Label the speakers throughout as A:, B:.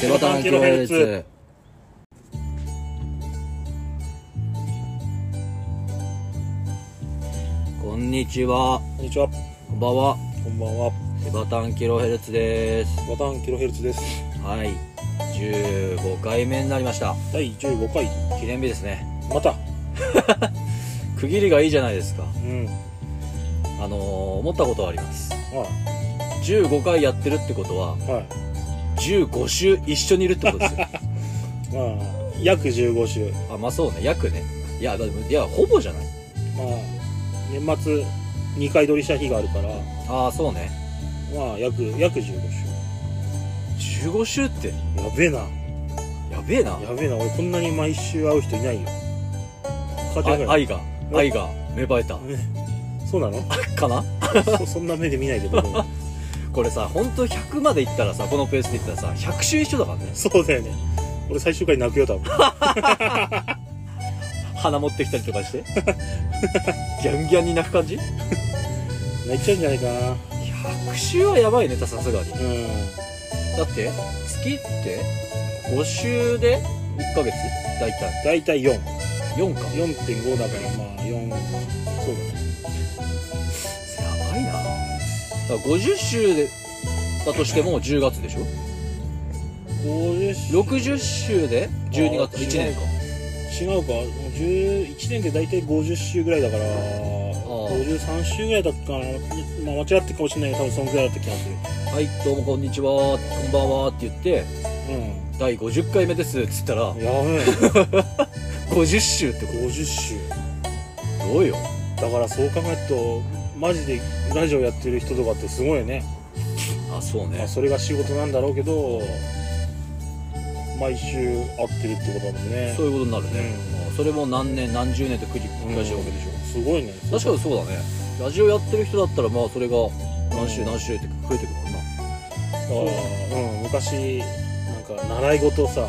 A: セバタンキロヘルツ。こんにちは。
B: こんにちは。
A: こんばんは。
B: こんばんは。
A: セバタンキロヘルツです。
B: バタンキロヘルツです。
A: はい。15回目になりました。
B: 第15回。
A: 記念日ですね。
B: また。
A: 区切りがいいじゃないですか。
B: うん。
A: あのー、思ったことはあります。
B: は
A: 15回やってるってことは、
B: い。はい。
A: 15週一緒にいるってことですよ。
B: まあ、約15週。
A: あ、まあそうね。約ね。いや、だいや、ほぼじゃない。
B: まあ、年末2回撮りした日があるから、
A: ああ、そうね。
B: まあ、約、約15週。
A: 15週って、
B: やべえな。
A: やべえな。
B: やべえな。俺こんなに毎週会う人いないよ。母ちゃんぐ
A: あ
B: らい。
A: 愛が愛が芽生えた
B: ねそうなの
A: かな
B: そそんな目で見ないで僕も
A: これさ本当100までいったらさこのペースでいったらさ100周一緒だからね
B: そうだよね。俺最終回泣くよ、多分。
A: 鼻持ってきたりとかして ギャンギャンに泣く感じ
B: 泣いちゃうんじゃないかな。
A: 100周はやばいねさすがにだ
B: うん。
A: って月って5週で1ヶ月大体
B: だいたい4。
A: 4かや
B: 4.5だから、まあ、4。そうだね。
A: ばいなだから50週でだとしても10月でしょ
B: 50週
A: 60週で12月
B: あ
A: 1
B: ー
A: 年か
B: 違うかもう11年で大体50週ぐらいだから53週ぐらいだったかな、まあ、間違ってるかもしれないけど多分そのぐらいだった気がする
A: はいどうもこんにちはこんばんはって言って
B: う
A: 第50回目ですっつったら
B: んやべえ
A: 50週ってこ
B: 50週
A: とどうよ
B: だからそう考えるとマジでラジオやってる人とかってすごいよね、
A: あそう
B: まあ、
A: ね
B: それが仕事なんだろうけど毎週会ってるってことだもんね
A: そういうことになるね、
B: う
A: あそれも何年何十年と繰り返してるわけでしょ、
B: すごいね
A: 確かにそうだねラジオやってる人だったらまあそれが何
B: う
A: 週
B: ん
A: 何週って増えてくるもんな
B: そうだうん昔なんか習い事をさ
A: は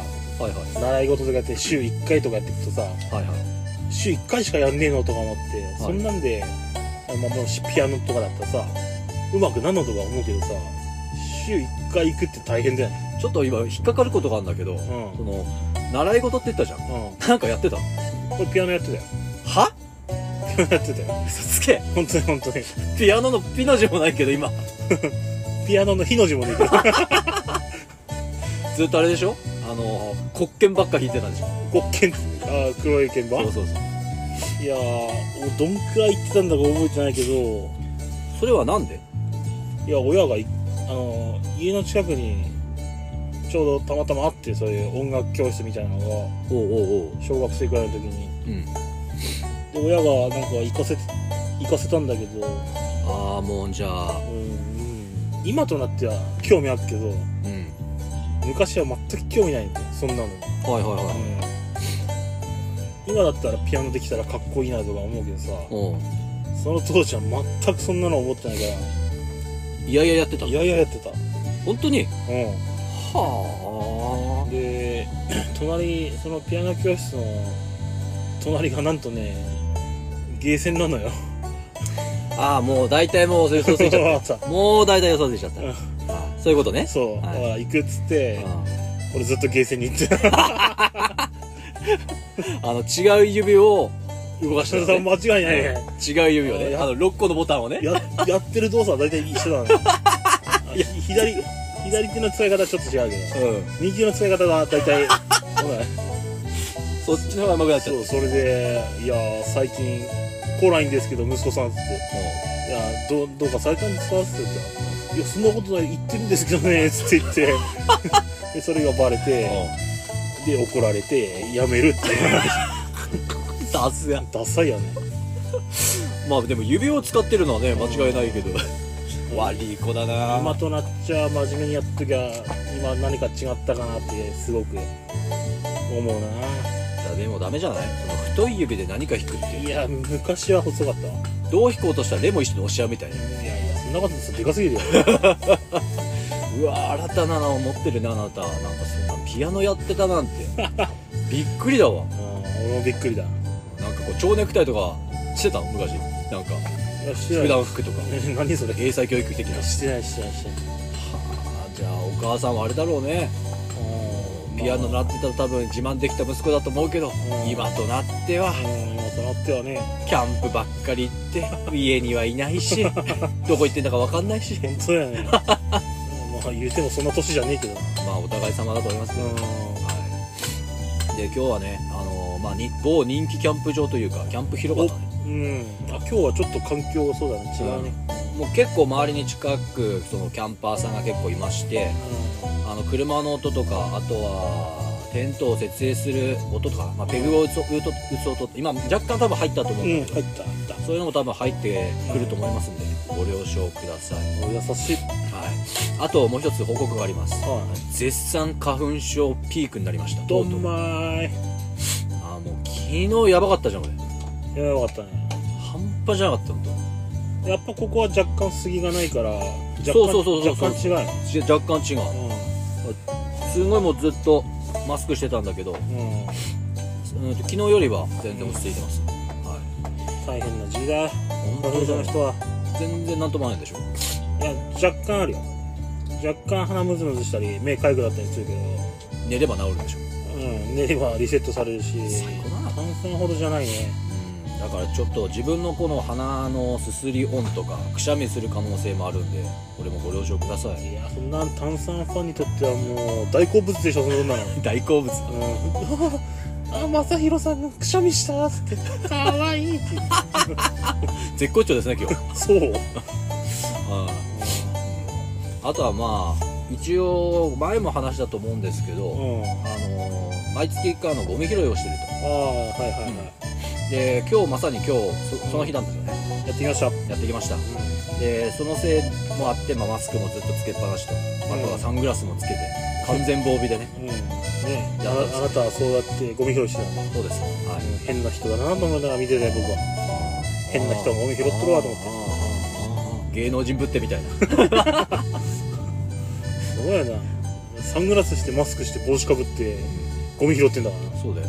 A: いはい
B: 習い事とかやって週1回とかやっていくとさ
A: はいはい
B: 週1回しかやんねえのとか思って、そんなんで、まあ、もしピアノとかだったらさうまくなんのとか思うけどさ週1回行くって大変だよね
A: ちょっと今引っかかることがあるんだけど、
B: ん
A: その習い事って言ったじゃん
B: うん
A: なんかやってた
B: これピアノやってたよ
A: は
B: ピアノやってたよ
A: 嘘つけ
B: 本当に本当に
A: ピアノのピの字もないけど今
B: ピアノの「日の字もできる
A: ずっとあれでしょあの黒剣ばっか弾いてたでしょ
B: 黒剣あー黒い鍵盤
A: そうそうそう
B: いやー俺どんくらい行ってたんだか覚えてないけど
A: それはなんで
B: いや親がいあのー家の近くにちょうどたまたまあってそういう音楽教室みたいなのが
A: おうおうおう
B: 小学生くらいの時に
A: うん
B: で親がなんか行かせて行かせたんだけど、
A: ああもうじゃあ
B: うん、今となっては興味あるけど
A: うん
B: 昔は全く興味ないんだよそんなの、うん、
A: はいはいはい
B: 今だったらピアノできたらかっこいいなとか思うけどさ
A: うん
B: その当時は全くそんなの思ってないか
A: いやいややってた
B: ら
A: の
B: いやいややってた
A: 本当に
B: う
A: は
B: んで 隣そのピアノ教室の隣がなんとねゲーセンなのよ
A: ああーもう大体もう予想ついちゃったもう大体予想ついちゃった
B: うん
A: あーそういうことね
B: そう、
A: はい
B: あ行くっつって
A: あ
B: 俺ずっとゲーセンに 行ってた
A: ーあの違う指を動かしてた、ね、
B: 間違いないね
A: 違う指を
B: あー
A: ね
B: や
A: あの6個のボタンをね
B: ややってる動作は大体一緒だなあひ左左手の使い方はちょっと違うけど
A: うん
B: 右手の使い方が大体ほら
A: そっちの方が上手くなっちゃ
B: そ
A: っ
B: うそれでいやー最近来ないんですけど息子さんっつって
A: た
B: 「いやーどうどうかされたんですか?」っつって「いやそんなことない言ってるんですけどね」っ つって言ってでそれがバレて
A: う
B: で怒られてやめるっていう
A: んさすが
B: ダサいよね
A: まあでも指を使ってるのはね間違いないけど悪い子だな
B: 今となっちゃ真面目にやっときゃ今何か違ったかなってすごく思うない
A: やでもダメじゃないその太い指で何か弾くって
B: いや昔は細かったわ
A: どう弾こうとしたらレも一緒に押し合うみたいない
B: やいやそんなことですよでかす ぎるよ
A: うわ新たなのを持ってるねあなたなんかそんなピアノやってたなんて びっくりだわ
B: うん俺もびっくりだい
A: なんかこう蝶ネクタイとかしてたの昔なんか
B: やして
A: 普
B: ない
A: 段服とか
B: 何それ
A: 英才教育的な
B: してないしてないしてない
A: あじゃあお母さんはあれだろうね
B: うん
A: ピアノ
B: まあ
A: 鳴ってたら多分自慢できた息子だと思うけど、
B: うん
A: 今となっては
B: うん今となってはね
A: キャンプばっかり行って家にはいない しどこ行ってんだか分かんないし
B: 本 当やねうんまあ言うてもそんな年じゃねえけどな
A: まあお互い様だと思いますけど、
B: う
A: はい、で今日はね、あのーまあ、に某人気キャンプ場というかキャンプ広場だね
B: ん、うん、あ今日はちょっと環境そうだね違うね、
A: もう結構周りに近くそのキャンパーさんが結構いましてあの車の音とかあとはテントを設営する音とか、まあ、ペグを打つ打つ打つ音って今若干多分入ったと思
B: う
A: うん
B: ん、
A: だけど、
B: 入った入った
A: そういうのも多分入ってくると思いますんでご了承ください、はい、
B: お優しい
A: あともう一つ報告があります
B: は
A: 絶賛花粉症ピークになりました
B: いど
A: とうと
B: ん
A: う
B: まーい
A: あもう昨日やばかったじゃん俺
B: いやよかったね
A: 半端じゃなかったのと
B: やっぱここは若干杉がないから若干
A: そうそうそうそう
B: 若干違うよね
A: じ若干違うすごいもうずっとマスクしてたんだけど、
B: うん、うん、
A: うん、昨日よりは全然落ち着いてます、はい
B: 大変な時代だ
A: 本
B: 花粉症の人は
A: 全然なんともないでしょ
B: いや若干あるよ若干鼻ムズムズしたり目かゆくなったりするけど
A: 寝れば治るでしょ
B: うん寝ればリセットされるし
A: 最高だな
B: 炭酸ほどじゃないね
A: うんだからちょっと自分のこの鼻のすすり音とかくしゃみする可能性もあるんでこれもご了承ください
B: いやそんな炭酸ファンにとってはもう大好物でしょそんなの
A: 大好物
B: うん、あ、正宏さんがくしゃみしたっつって、かわいいって言って。
A: 絶好調ですね今日
B: そう。
A: ああとはまあ一応前も話したと思うんですけど、
B: うん。あ
A: あのー毎月1回あのゴミ拾いをしてる
B: あ、はいはいは
A: とで今日まさに今日そその日なんですよね
B: い。やってきました。
A: やってきましたでそのせいもあって、まあ、マスクもずっとつけっぱなしとあとはサングラスもつけて完全防備でね
B: うん。ね
A: やったんです
B: ああなたはそうやってゴミ拾いしてたんだ。
A: そうですはい
B: 変な人だなと思いながら見てたよ、僕は。変な人がゴミ拾っとるわと思って
A: って芸能人ぶってみたいな
B: すごいな。サングラスしてマスクして帽子かぶって、ゴミ拾ってんだからな。
A: そうだよ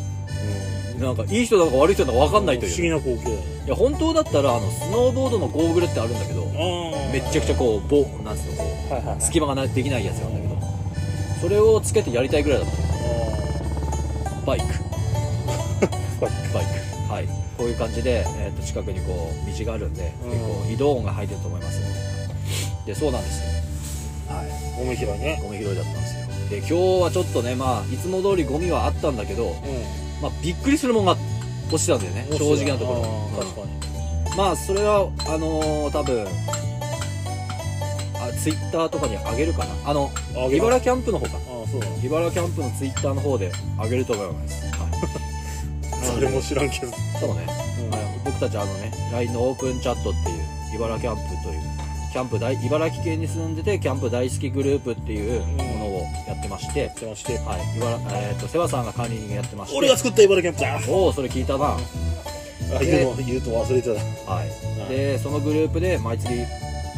B: う
A: なんかいい人なのか悪い人なのか分かんないと
B: 不思
A: い
B: 議
A: う
B: な光景だよ
A: いや本当だったらあのスノーボードのゴーグルってあるんだけど
B: ああ。
A: めっちゃくちゃこう棒なんすよこ。
B: ゃ。はいはいう
A: 隙間がなできないやつなんだけどそれをつけてやりたいぐらいだったバイク
B: バイ
A: バイクはいこういう感じで、えー、と近くにこう道があるんで、
B: うん
A: 結構移動音が入ってると思いますのででそうなんですよはい
B: ゴミ拾いね。
A: ゴミ拾いだったんですよで今日はちょっとねまあいつも通りゴミはあったんだけど、
B: う
A: まあ、びっくりするもんが落ちたんだよね
B: ん。
A: 正直なとこ
B: あ
A: ろ
B: あ確かに。
A: まあそれはあのー多分あツイッターとかにあげるかなあの
B: あげ
A: リ
B: る
A: バラキャンプの方か
B: ああ、そうだ。
A: リバラキャンプのツイッターの方であげると思います、はい、
B: それも知らんけど。
A: そうね
B: うん
A: はい僕たちあのね LINE のオープンチャットっていう茨キャンプというキャンプ大茨城県に住んでてキャンプ大好きグループっていうものをやってまして、
B: 邪魔して。
A: はい茨えー、とセバさんが管理人やってまして
B: 俺が作った茨城キャンプ
A: おおそれ聞いたなは
B: だあ、言うの、言うと忘れてた。
A: いでそのグループで毎月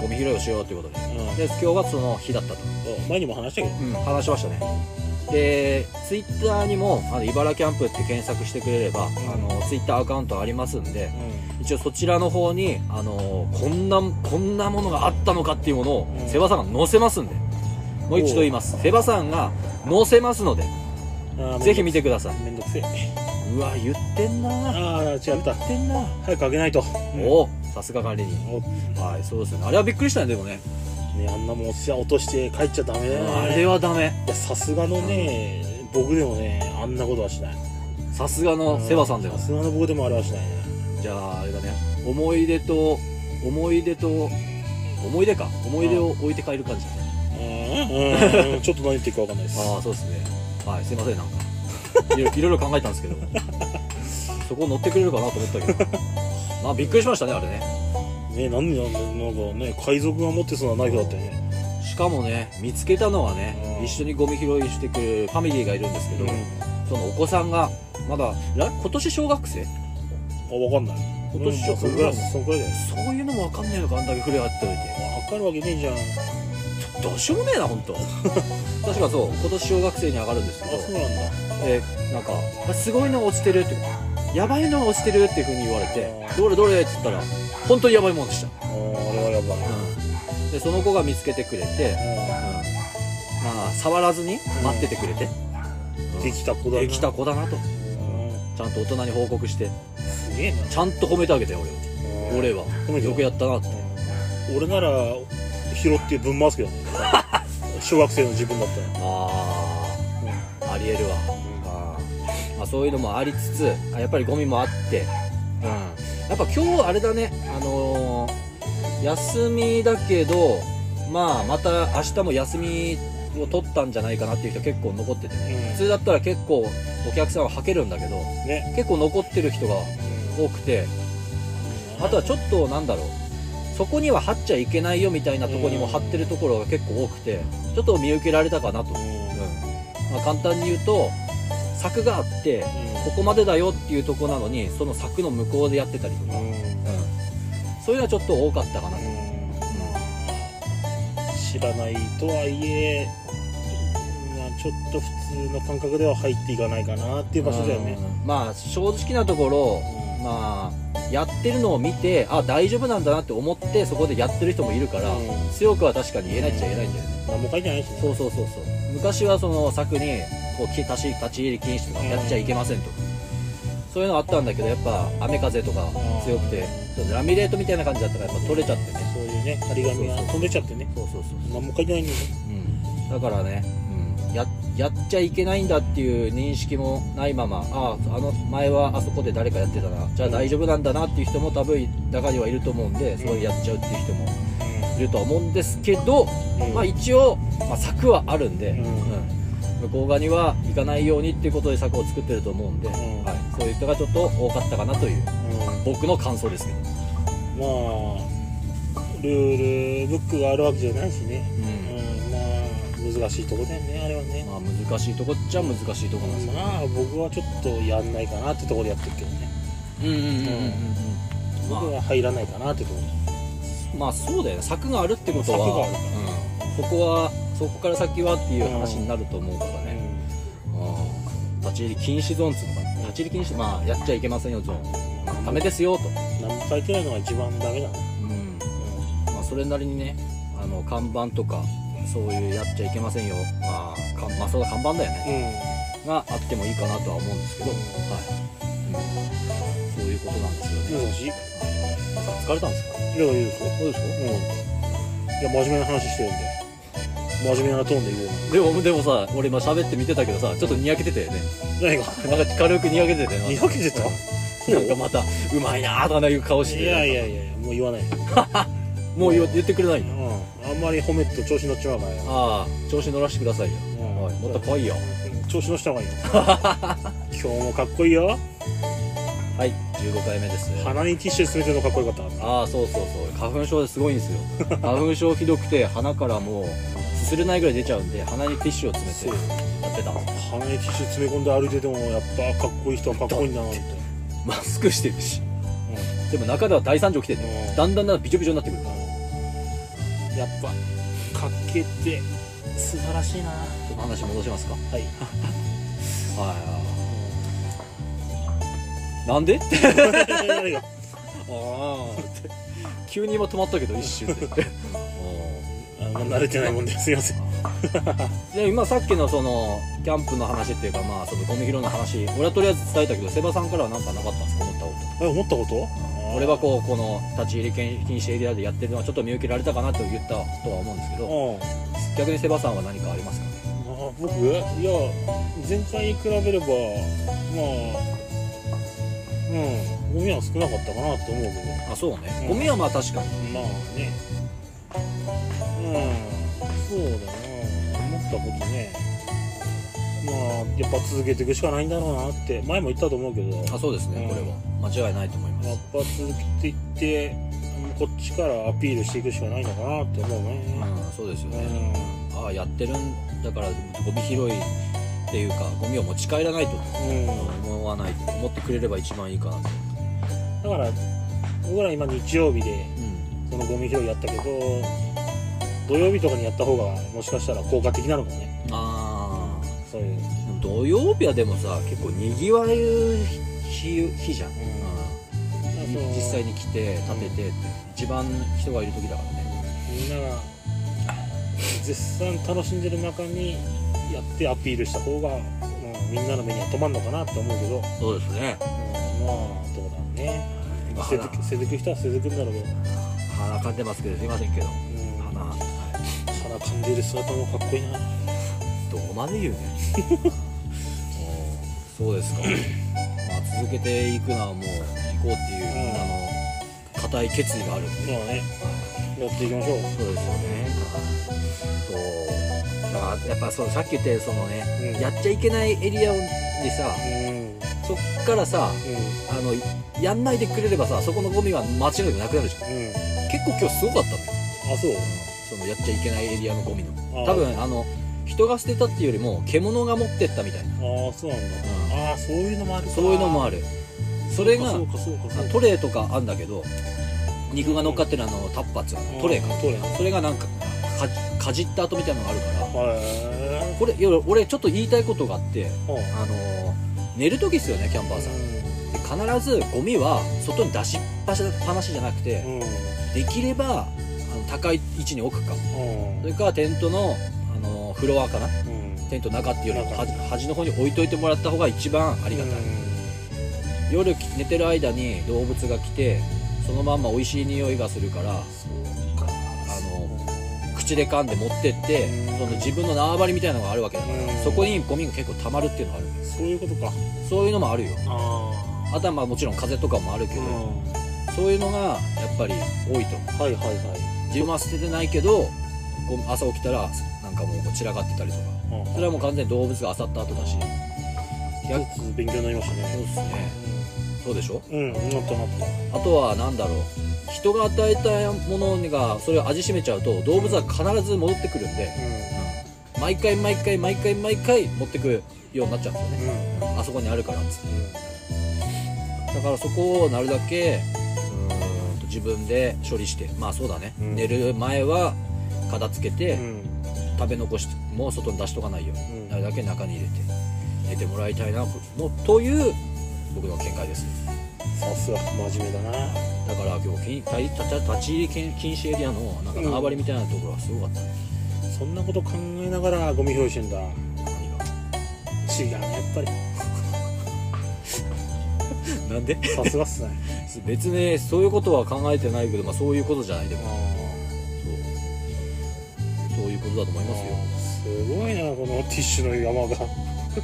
A: ゴミ拾いをしようということで
B: う
A: で今日がその日だったと、
B: ん。前にも話したけど。
A: うん、話しましたねでツイッターにも「あの茨キャンプ」って検索してくれれば、あのツイッターアカウントありますんで、一応そちらの方に、あのーこんなこんなものがあったのかっていうものを
B: うん
A: セバさんが載せますんでもう一度言いますセバさんが載せますので
B: あー
A: ぜひ見。てください
B: めんどくせえ。
A: うわ言ってんな
B: ああ、違った。
A: 言ってんな、
B: 早くあげないと。
A: おおさすが管理人
B: お
A: はいそうですねあれはびっくりしたねでもね、
B: ね、あんなもん、お世話落として帰っちゃダメだよ。
A: あれ
B: は。
A: はダメ
B: いや、さすがのね、僕でもね、あんなことはしない。
A: さすがのセバさんでも
B: さすがの僕でもあれはしないね。
A: じゃああれだね思い出と思い出と思い出か思い出を置いて帰る感じだね
B: うんうん。ちょっと何言ってるかわかんないです。
A: ああそうですねはいすいませんなんかいろいろいろいろ考えたんですけどそこ乗ってくれるかなと思ったけどまあびっくりしましたねあれね
B: ね、なんでなんだなんかね、海賊が持ってそうなナイフだったよね。
A: しかもね見つけたのはね
B: うん
A: 一緒にゴミ拾いしてくるファミリーがいるんですけど、
B: うん。
A: そのお子さんがまだら今年小学生
B: あ、わかんない。
A: 今年ちょっと
B: うんそんくらい、そんくらいだよ。
A: そういうのもわかんないのかあんだけ触れ合っておいて
B: わかるわけねえじゃん。
A: どうしようもねえな本当確かそう今年小学生に上がるんですけ
B: あ、そう
A: ど
B: なんだ。
A: でなんかあ「すごいのが落ちてる」って「やばいのが落ちてる」っていうふうに言われて「どれどれ」っつったら本当にやばいもんでした
B: あーあれはやばい。
A: でその子が見つけてくれて、
B: う
A: あー触らずに待っててくれて、うん
B: できた子だな
A: できた子だなと
B: うん
A: ちゃんと大人に報告して
B: すげえな
A: ちゃんと褒めてあげたよ
B: うん
A: 俺は俺
B: 褒め
A: は
B: て
A: よくやったなって
B: うん俺なら拾ってぶん回すけどね小学生の自分だったら
A: ああありえるわあーまあそういうのもありつつあやっぱりゴミもあってうんやっぱ今日あれだねあのー休みだけどまあまた明日も休みを取ったんじゃないかなっていう人結構残っててね、
B: うん
A: 普通だったら結構お客さんははけるんだけど
B: ね
A: 結構残ってる人が多くてあとはちょっとなんだろうそこには貼っちゃいけないよみたいなところにも貼ってるところが結構多くてちょっと見受けられたかなと、うんまあ、簡単に言うと柵があってここまでだよっていうとこなのにその柵の向こうでやってたりとか、うんそういうのはちょっと多かったかなと、
B: 知らないとはいえまあちょっと普通の感覚では入っていかないかなっていう場所だよね
A: うんまあ正直なところまあやってるのを見てあ大丈夫なんだなって思ってそこでやってる人もいるから、
B: うん
A: 強くは確かに言えないっちゃ言えないんだよね
B: 何も書いてないしね
A: そうそうそうそう昔はその柵にこうき立ち立ち入り禁止とかやっちゃいけませんとか、そういうのあったんだけどやっぱ雨風とか強くてちょっとラミレートみたいな感じだったからやっぱ取れちゃってね
B: そういうね張り紙が飛んでちゃってね
A: そうそうそう
B: 何も書いてないんだよね
A: うん、だからね、うん、ややっちゃいけないんだっていう認識もないままあああの前はあそこで誰かやってたなじゃあ大丈夫なんだなっていう人も多分中にはいると思うんでそれやっちゃうっていう人もいるとは思うんですけど、
B: うん
A: まあ、一応、まあ、柵はあるんで、
B: うん
A: うん向こう側には行かないようにっていうことで策を作ってると思うんで、
B: ん
A: はい、そういう人がちょっと多かったかなという
B: うん
A: 僕の感想ですけど、
B: まあルールブックがあるわけじゃないしね
A: うん
B: うんまあ難しいとこだよねあれはね
A: まあ、難しいとこっちゃ難しいとこなんですよね
B: まあ僕はちょっとやんないかなってところでやってるけどね
A: うんうんうんうんうんまあ
B: 僕は入らないかなってところ
A: まあそうだよね柵があるってことは
B: 柵があるから
A: うんそこはそこから先はっていう話になると思うからね、うん立ち入り禁止ゾーンっつうのかな立ち入り禁止まあやっちゃいけませんよゾーンダメですよと、
B: 何も書いてないのが一番ダメだな
A: うんまあ、それなりにねあの看板とかそういうやっちゃいけませんよまあかまあそうだ看板だよね、があってもいいかなとは思うんですけど、はいうん、そういうことなんですよね、
B: 難しいい
A: 疲れたんですか
B: やいやいいですよ
A: どうですか
B: うんいや真面目な話してるんで真面目なトーンで言おうな
A: でもでもさ俺今喋って見てたけどさちょっとにやけてたよね
B: 何が
A: なんか軽くにやけてたよ
B: に
A: ね
B: やけてた
A: なんかまたうまいなーとかいう顔して
B: いやいやいやいやもう言わない
A: もう言言ってくれない
B: うん
A: の
B: あんまり褒めると調子乗っちまうからよ
A: ああ調子乗らしてくださいよ、
B: うん
A: はい、もっと来いよ
B: 調子乗した方がいい よ今日もかっこいいよ
A: はい15回目です
B: 鼻にティッシュ詰めてるのかっこよかった
A: ああそうそうそう花粉症ですごいんです よ花粉症ひどくて鼻からもうすすれないぐらい出ちゃうんで鼻にティッシュを詰めてやってたんです
B: 鼻にティッシュ詰め込んで歩いててもやっぱかっこいい人はかっこいいんだなって
A: マスクしてるしでも中では大惨状来てる
B: う
A: だ
B: ん
A: んだんだんだんビチョビチョになってくる
B: やっぱかっけって素晴らしいなは
A: その話戻しますか
B: い
A: はいなん で
B: 何 が
A: ああ 急に今止まったけど一 瞬で
B: あまあ慣れてないもんですいません
A: で今さっきのそのキャンプの話っていうかまあそのゴミ拾いの話俺はとりあえず伝えたけどセバさんからは何かなかったんですか思ったこと
B: え思ったこと
A: 俺はこうこの立ち入り禁止エリアでやってるのはちょっと見受けられたかなと言ったとは思うんですけ
B: う
A: ど
B: ん
A: 逆にセバさんは何かありますかね
B: あ僕いや前回に比べればまあうんゴミは少なかったかなと思うけど
A: あそうね
B: うん
A: ゴミはまあ確かに
B: まあねうんそうだな思ったことねまあやっぱ続けていくしかないんだろうなって前も言ったと思うけどやっ
A: あそうですね
B: うん
A: これは間違いないと思いま
B: ぱ
A: す
B: 続けていってうんこっちからアピールしていくしかないのかなって思うね
A: うんそうですよ
B: う
A: ね
B: ん
A: ああやってるんだからゴミ拾いっていうかゴミを持ち帰らないと
B: うん
A: 思わない思ってくれれば一番いいかなと
B: だから僕ら今日曜日で
A: うん
B: そのゴミ拾いやったけど土曜日とかにやった方がもしかしたら効果的なのかもね
A: ああ
B: そういう
A: 土曜日はでもさ結構にぎわう日日日じゃん、うん
B: その
A: 実際に来て立ててって一番人がいる時だからね
B: みんなが絶賛楽しんでる中にやってアピールした方が、うん、みんなの目には止まんのかなって思うけど、うん、ま
A: そうですね
B: あどうだろうねまあ
A: 鼻
B: せずくせずく人はせずくんだろうけど、
A: 鼻かんでますけどすいませんけど
B: うん、
A: 鼻
B: 鼻
A: はい
B: 噛んでる姿もかっこいいな
A: どこまで 言うねうんそうですかまあ続けていくのはもう行こうっていう、
B: うん
A: あの固い決意があるんで、
B: まあねやっていきましょ
A: そ
B: う
A: うですよねそうだからやっぱそうさっき言ったようにそのね、
B: うん
A: やっちゃいけないエリアにさ
B: うん
A: そっからさあのやんないでくれればさそこのゴミは間違いなくなくなるじゃん
B: うんうん
A: 結構今日すごかったのよ
B: あそう
A: そのやっちゃいけないエリアのゴミの
B: あー
A: 多分あの人が捨てたっていうよりも獣が持ってったみたいな、
B: ああそうなんだ
A: うん
B: ああそういうのもあるか
A: そういうのもあるそれが
B: そうかそうかそうか
A: トレーとかあんだけど肉が乗っかってるあのタッパーっつう
B: うん
A: のトレーか
B: トレー
A: それがなんかかじかじった跡みたいなのがあるから
B: へ
A: これいや俺ちょっと言いたいことがあって
B: えうん
A: あのー寝る時ですよねキャンパーさんで必ずゴミは外に出しっぱなしじゃなくて
B: うんうん
A: できればあの高い位置に置くか
B: うん
A: それからテントのあのフロアかな
B: うん
A: テントの中っていうよりも
B: 中
A: 端端の方に置いといてもらった方が一番ありがたい、夜寝てる間に動物が来てそのまんま美味しい匂いがするから
B: そうか
A: あの口で噛んで持ってって
B: うん
A: その自分の縄張りみたいなのがあるわけだから
B: うん
A: そこにゴミが結構溜まるっていうのがある
B: そういうことか
A: そういうのもあるよ
B: あ
A: あとはまあもちろん風とかもあるけ
B: う
A: ど、
B: ん
A: そういうのがやっぱり多いと思う
B: はいはいはい
A: 自分は捨ててないけどこう朝起きたらなんかもうこう散らかってたりとかそれはもう完全に動物が漁った後だし
B: 一つ勉強になりました
A: そう
B: ね
A: っすねそうでしょ
B: うんなったなった
A: あとは何だろう人が与えたものがそれを味しめちゃうと動物は必ず戻ってくるんで、
B: う
A: 毎回毎回毎回毎回持ってくようになっちゃうんですよね、
B: んうん
A: あそこにあるからっつってだからそこをなるだけうーんと自分で処理してまあそうだね、
B: うん
A: 寝る前は片付けて、
B: うん
A: 食べ残しも外に出しとかないよう
B: うん
A: になるだけ中に入れて寝てもらいたいなのという僕の見解です
B: さすが真面目だな
A: だから今日き立ち立ち入り禁禁止エリアのなんか縄張りみたいなところはすごかった、ね
B: そんなこと考えながらゴミ拾いしてんだ違うやっぱり
A: 何がなんで
B: さすがっすね
A: 別にそういうことは考えてないけど、まあ、そういうことじゃないでもそうそういうことだと思いますよ
B: すごいなこのティッシュの山が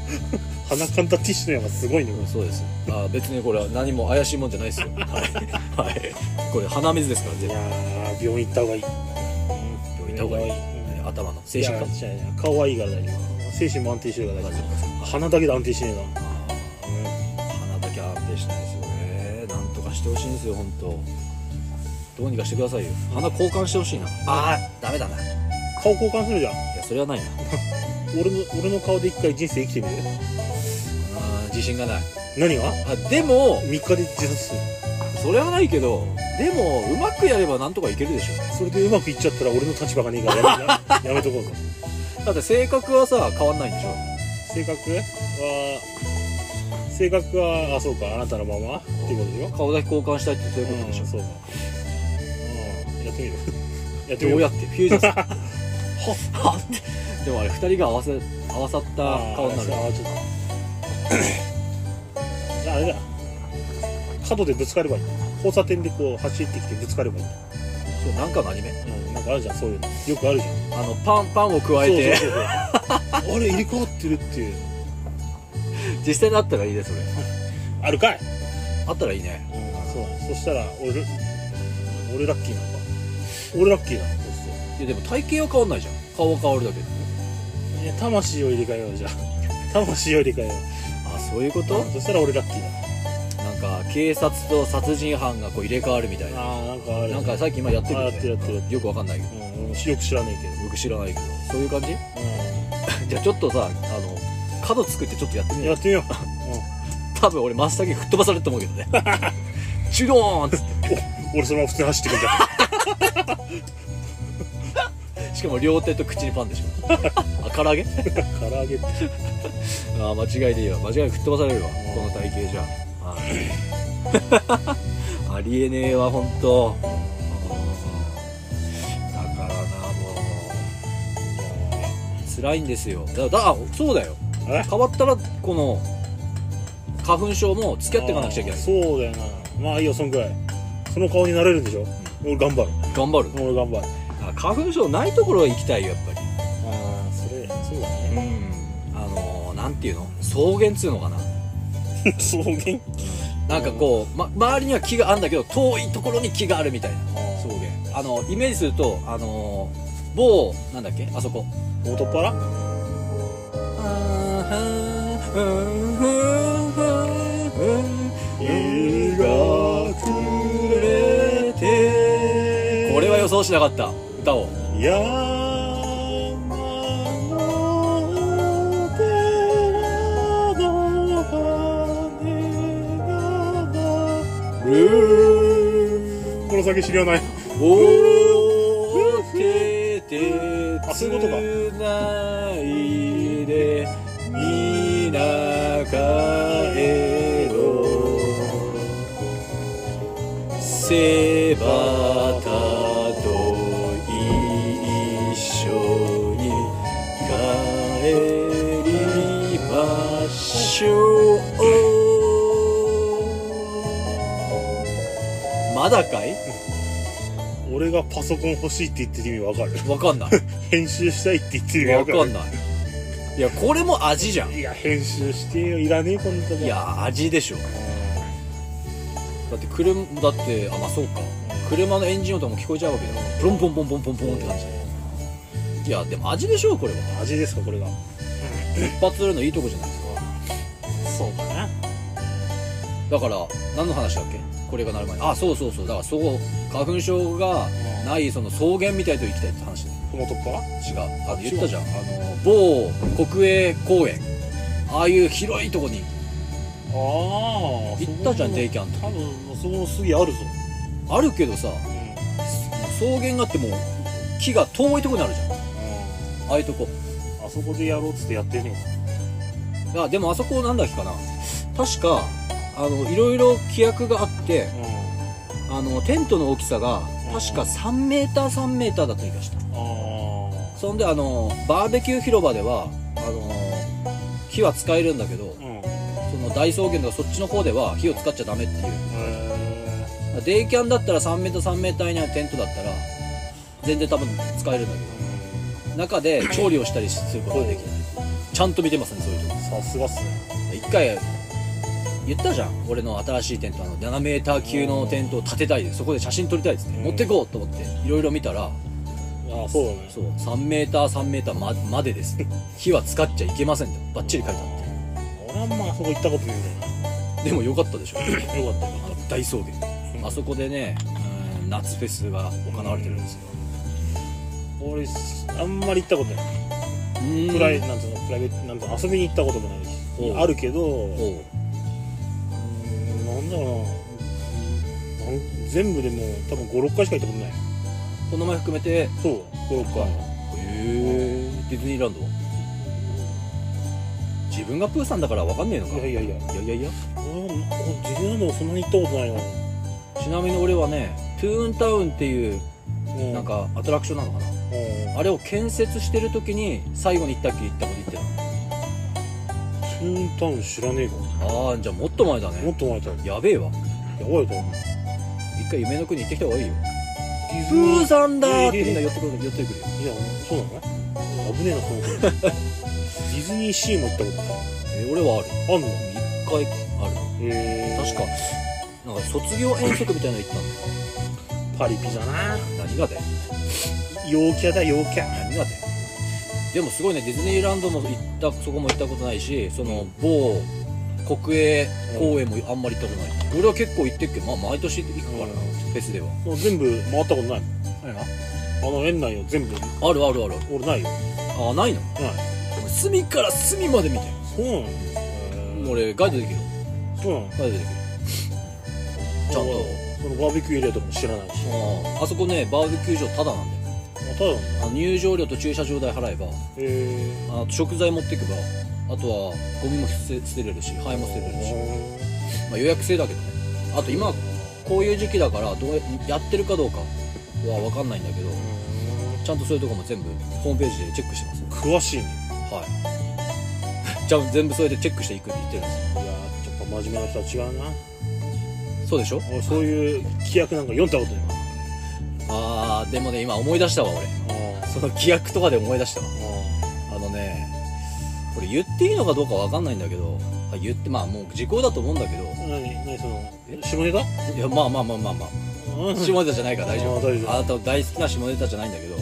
B: 鼻かんだティッシュの山すごいね
A: うんそうですあ別にこれは何も怪しいもんじゃないですよはい、はい、これ鼻水ですから
B: い
A: 全
B: や
A: 部
B: ー病院行った方がいい
A: 病院行った方がいい
B: うん
A: えー頭の精神科
B: いやいや顔はいいから大丈夫精神も安定してるから
A: 大
B: 大
A: 丈
B: 丈
A: 夫ですか
B: 夫鼻だけで安定してねえな
A: あー鼻だけ安定しないですよねなんとかしてほしいんですよ本当どうにかしてくださいよ鼻交換してほしいなあーダメだない
B: 顔交換するじゃん
A: やそれはないな
B: 俺の俺の顔で一回人生生きてみる
A: あー自信がない
B: 何が
A: あでも
B: 3日で自殺する
A: それはないけどでもうまくやればなんとかいけるでしょ
B: それでうまくいっちゃったら俺の立場がねえからや めやめとこうぜ
A: だって性格はさ変わんないんでしょ
B: 性格は性格はあそうかあなたのままっていうことでしょ
A: 顔だけ交換したいってそういうことでし
B: うん
A: ょ
B: そうかうんやってみるやってみ
A: ど
B: る
A: うやってフュージョン さんはっでもあれ2人が合わせ合わさった顔になる
B: あーそうあーちょっとじゃああれだ角でぶつかればいい交差点でこう走ってきてぶつかればいい、
A: そうなんかのアニメ
B: うん、なんかあるじゃんそういうのよくあるじゃん
A: あのパンパンを加えて
B: そうそうそうそうあれ入れ替わってるっていう
A: 実際にあったらいいですそれ
B: あるかい、
A: あったらいいね
B: そうそしたら俺俺ラッキーなのか俺ラッキーなのそうそう
A: いやでも体型は変わんないじゃん顔は変わるだけで
B: いや魂を入れ替えようじゃあ魂を入れ替えよ
A: あそういうこ
B: う
A: と
B: そしたら俺ラッキー
A: なんか警察と殺人犯がこう入れ替わるみたい
B: だ
A: な
B: ああなんかある
A: なんかさっき今やってるよ
B: あやってるやってるや
A: ね
B: って
A: よくわかんないけ
B: うん俺よく知らねえ
A: どよく知らないけどそういう感じ
B: けど、
A: じゃあちょっとさあの角作ってちょっとやって
B: う
A: み
B: ん、
A: よ
B: や
A: う
B: ってみよ
A: 多分俺真っ先に吹っ飛ばされると思うけど ねチュドーンっつっ
B: う、うん、俺そのまま普通に走ってくんじゃん
A: てしかも両手と口にパンでし ょあ唐揚げ
B: 唐揚げって
A: ああ間違いでいいわ間違いなく吹っ飛ばされるわ
B: ん
A: この体型じゃあー ありえねえわ本当あーだからなもう辛いんですよだだあそうだよ
B: え
A: 変わったらこの花粉症も付き合っていかなくちゃいけな
B: あ
A: い
B: ーそうだよなまあいいよそんくらいその顔になれるんでしょ、俺頑張る
A: 頑張る
B: 俺頑張る
A: あ花粉症ないところへ行きたいよやっぱ
B: ああそれそうだ
A: り
B: ね
A: うんあのーなんていうの草原っつうのかな
B: 草原
A: なんかこう、ま、周りには木があるんだけど遠いところに木があるみたいな
B: そ
A: 草
B: う
A: 原あのイメージするとあのー某なんだっけあそこ
B: 元っ腹
A: 日が
B: 暮
A: れ
B: て
A: これは予想しなかった歌を
B: 山の寺の羽がるこの先知りようない
A: おてて
B: あ
A: つ
B: そういうことか
A: ないで田舎への背ばたと一緒に帰りましょうまだかい
B: 俺がパソコン欲しいって言ってる意味 わかる
A: わかんない
B: 編集したいって言ってる意
A: わ
B: 味わ
A: か
B: か
A: んない。いや、これも味じゃん。
B: る
A: い
B: いや編集してよいらねえこんなとこ
A: や、味でしょ。だって、車、だって、あ、まあそうか。車のエンジン音も聞こえちゃうわけだから。ブロンポンポンポンポンポンって感じ。いや、でも味でしょ、これは。
B: 味ですかこれが
A: 一発するのいいとこじゃないですか。
B: そうかな
A: だから、何の話だっけこれがなる前に。あ、そうそうそう。だから、そう、花粉症がない、その草原みたいと生きたいって話だよ
B: 元っ腹
A: 違う。あの、言ったじゃん。あの、某国営公園。ああいう広いとこに
B: ああ
A: 行ったじゃん、デイキャンと。
B: 多分もうそこの杉あるぞ、
A: あるけどさ、草原があってもう木が遠いとこにあるじゃんああいうとこ
B: あそこでやろうっつってやってね
A: あでもあそこなんだっけかな確かあのいろいろ規約があって
B: え
A: あのテントの大きさが確か
B: うん
A: 3メーター3メーターだった気がした
B: ああ
A: そんであのバーベキュー広場ではあの火は使えるんだけど
B: うん
A: その大草原とかそっちの方では火を使っちゃダメっていう
B: え
A: デイキャンだったら3メーター3メーター以内のテントだったら全然多分使えるんだけど中で調理をしたりすることができないちゃんと見てますねそういうとこ
B: さすがっすね
A: 一回言ったじゃん俺の新しいテントあの7メーター級のテントを建てたいですそこで写真撮りたいですね、
B: うん
A: 持ってこうと思っていろいろ見たら
B: ああそうだね
A: そう3メーター3メーターままでです 火は使っちゃいけませんってバッチリ書いてあ
B: 俺あんまあそこ行ったことないんだよ
A: ってでもよかったでしょ
B: な よかったよ
A: あの大草原あそこでねうん夏フェスが行われてるんですよ
B: 俺あんまり行ったことないプライなんつうのプライベートなんつうの遊びに行ったこともないし
A: おう
B: あるけど
A: お
B: う
A: う
B: んなんだろうななん全部でもう多分56回しか行ったことない
A: この前含めてへ
B: そう56回
A: えディズニーランドは自分がプーさんだから分かんねえのか
B: いやいやいや
A: いやいやいや
B: 俺は自分なのそんなに行ったことないな
A: ちなみに俺はねトゥーンタウンっていう
B: う
A: なんかアトラクションなのかな
B: うん
A: あれを建設してる時に最後に行ったっきり行ったこと言って
B: トゥーンタウン知らねえか
A: たああーじゃあもっと前だ
B: もっ
A: ね
B: と前だよ
A: やべえわ
B: やばいと思う
A: 一回夢の国行ってきた方がいいよ
B: ディ
A: プーさんだーっ
B: い
A: て
B: や
A: みん
B: いや
A: ない寄ってくる寄ってくるよ
B: やそうなのね危ねえなその子ディズニーシーも行ったことない
A: えー俺はある
B: あんのへ
A: 一回ある
B: え
A: 確かなんか卒業遠足みたいなの行ったん
B: パリピだな
A: だ何がだよ
B: 陽キャだ陽キャ
A: 何がだよでもすごいねディズニーランドも行ったそこも行ったことないしその某国営公園もあんまり行ったことない、俺は結構行ってっけど、まあ、毎年行くからな、
B: うん
A: フェスでは
B: もう全部回ったことないあの園内を全部
A: あるあるある
B: 俺ないよない
A: あないの俺隅から隅まで見て
B: そうなの
A: る
B: 俺
A: 俺ガイドできる
B: そうなの
A: ガイドできるちゃんと
B: そのバーベキューエリアとかも知らないし
A: ああそこねバーベキュー場タダなんだよ
B: あただのへ
A: あの入場料と駐車場代払えば
B: え
A: あと食材持ってけばあとはゴミも捨て捨てれるし灰も捨てれるし、まあ、予約制だけどねあと今こういう時期だからどうややってるかどうかは分かんないんだけどちゃんとそういうとこも全部ホームページでチェックしてます
B: 詳しいね
A: はい じゃあ全部それでチェックしていくって言ってるんですよ
B: いやーやっぱ真面目な人は違うな
A: そうでしょ
B: 俺そういう規約なんか読んだことない
A: あーでもね今思い出したわ俺
B: あ
A: その規約とかで思い出したわ
B: あ
A: あのねこれ言っていいのかどうかわかんないんだけどあ言ってまあもう時効だと思うんだけど
B: 何何その
A: え
B: 下ネタ
A: いやまあまあまあまあまあ
B: うん
A: 下ネタじゃないから大丈
B: あー
A: 夫
B: 大丈夫
A: あなた大好きな下ネタじゃないんだけど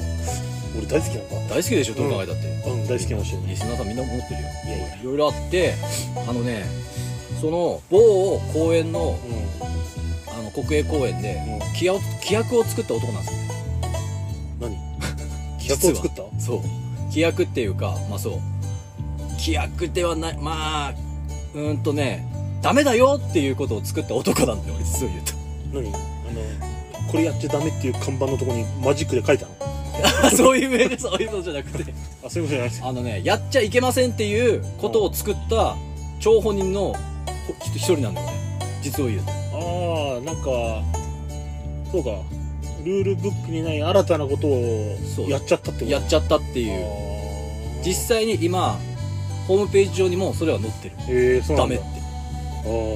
B: 俺大好きなんだ
A: 大好きでしょどう考えたって、
B: うん大好きな人
A: リスナーさんみんな思ってるよ
B: いやいや
A: いろいろあってあのねその某公園の
B: うん
A: あの国営公園で
B: うん
A: 規約規約を作った男なんですよね
B: 何 規
A: 実は
B: 約を作った
A: そう規約っていうかまあそう規約ではないまあうーんとねダメだよっていうことを作った男なんだよ俺実を言うと
B: 何あのこれやっちゃダメっていう看板のとこにマジックで書いたの
A: そういう上でそういうのじゃなくて
B: あそういうことじゃないです
A: あのねやっちゃいけませんっていうことを作った張本人のほ一人なんだよね実を言うと
B: ああなんかそうかルールブックにない新たなことを
A: そう
B: やっちゃったってこと
A: やっちゃったっていう
B: あー
A: 実際に今ホームページ上にもそれは載ってる
B: えー、そうな
A: ダ
B: んだ
A: メって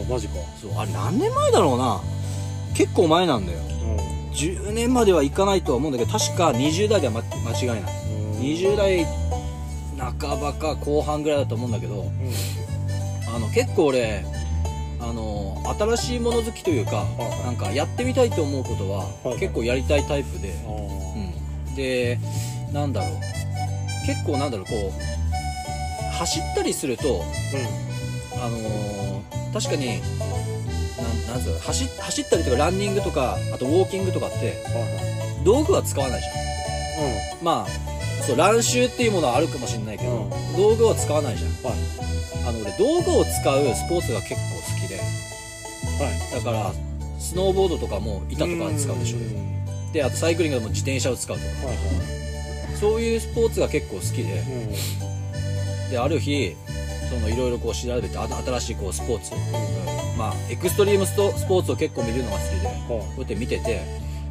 B: ああマジか
A: そうあれ何年前だろうな結構前なんだよ
B: う
A: 10年まではいかないとは思うんだけど確か20代では、ま、間違いない
B: んうん
A: 20代半ばか後半ぐらいだと思うんだけど
B: うん
A: あの結構俺あの新しいもの好きというか
B: はい
A: なんかやってみたいと思うこと
B: い
A: は
B: はい
A: 結構やりたいタイプで、
B: あー
A: うん、でなんだろう結構なんだろうこう走ったりするとあのー確かになんなんつうの走走ったりとかランニングとかあとウォーキングとかって
B: うんはいはい
A: 道具は使わないじゃんまあそう乱臭っていうものはあるかもしれないけど、
B: うん
A: 道具は使わないじゃん
B: はい
A: あの俺道具を使うスポーツが結構好きで
B: は
A: だ
B: い
A: からスノーボードとかも板とか使うでしょ
B: うん
A: であとサイクリングでも自転車を使うとか
B: はいは
A: そういうスポーツが結構好きで
B: いうん
A: である日そのいろいろこう調べてあ新しいこうスポーツ、まあエクストリームストスポーツを結構見るのが好きで
B: はい
A: こうやって見てて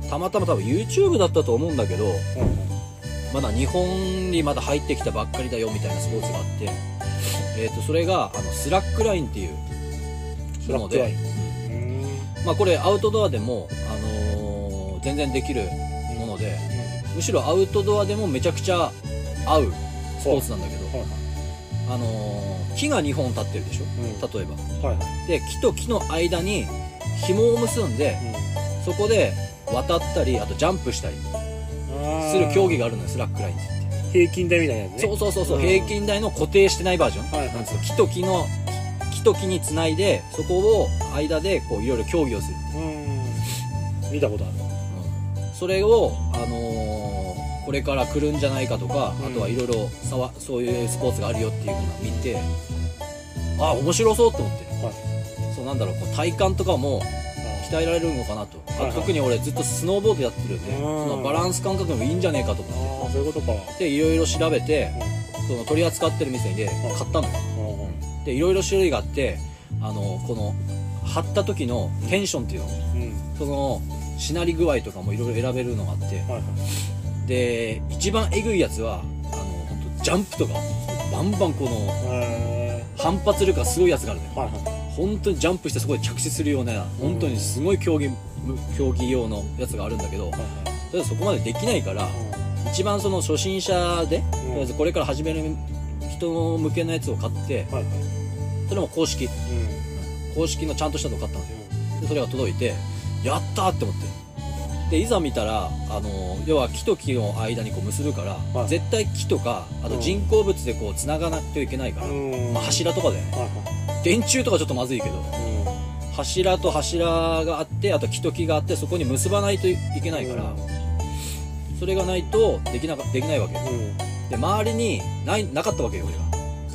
A: たまたま多分 YouTube だったと思うんだけど
B: はい
A: まだ日本にまだ入ってきたばっかりだよみたいなスポーツがあって、えー、とそれがあのスラックラインっていう
B: ス
A: も
B: ラ
A: の
B: ックライ
A: で
B: ン、うん
A: まあ、これアウトドアでも、あのー全然できるものでむしろアウトドアでもめちゃくちゃ合うスポーツなんだけど、
B: はいはい
A: あのー木が2本立ってるでしょ
B: うん
A: 例えば
B: はいはい
A: で木と木の間に紐を結んでそこで渡ったりあとジャンプしたり
B: あー
A: する競技があるのよスラックラインって言って。
B: 平均台みたいなやつね
A: そうそうそうそう、
B: うん
A: 平均台の固定してないバージョン、
B: はいはい
A: なんつうの木と木の木木と木につないでそこを間でこういろいろ競技をする、
B: うん見たことある
A: それを、あのーこれから来るんじゃないかとか、
B: うん
A: あとはいろいろさわそういうスポーツがあるよっていうのを見てあ面白そうと思って
B: はい
A: そうなんだろうこう体幹とかも鍛えられるのかなと、あと
B: はいはい
A: 特に俺ずっとスノーボードやってるんで、
B: うん
A: そのバランス感覚もいいんじゃねえかと
B: あ
A: 思っ
B: ーそういうことか
A: てでいろいろ調べてその取り扱ってる店で
B: ん
A: 買ったのよ
B: うんうん
A: でいろいろ種類があってあのこの貼った時のテンションっていうの
B: うん
A: そのしなり具合とかもいろいろ選べるのがあって
B: はいはい
A: で一番えぐいやつはあの本当ジャンプとかバンバンこの
B: え
A: 反発力がすごいやつがあるのよ
B: ーはいは
A: 本当にジャンプしてそこで着地するような本当にすごい競技競技用のやつがあるんだけど
B: いはいはい
A: ただそこまでできないから一番その初心者でとりあえずこれから始める人向けのやつを買って
B: はいはい
A: それも公式
B: うん
A: 公式のちゃんとしたのを買ったのよでそれが届いてやったーって思ってでいざ見たらあの要は木と木の間にこう結ぶから、
B: はい
A: 絶対木とかあと人工物でこう繋がなくてはいけないから、
B: うん
A: まあ、柱とかだよね
B: はいは
A: 電柱とかちょっとまずいけど
B: い
A: 柱と柱があってあと木と木があってそこに結ばないといけないから、
B: うん
A: それがないとできなかできないわけ
B: うんうん
A: で周りにないなかったわけよ俺が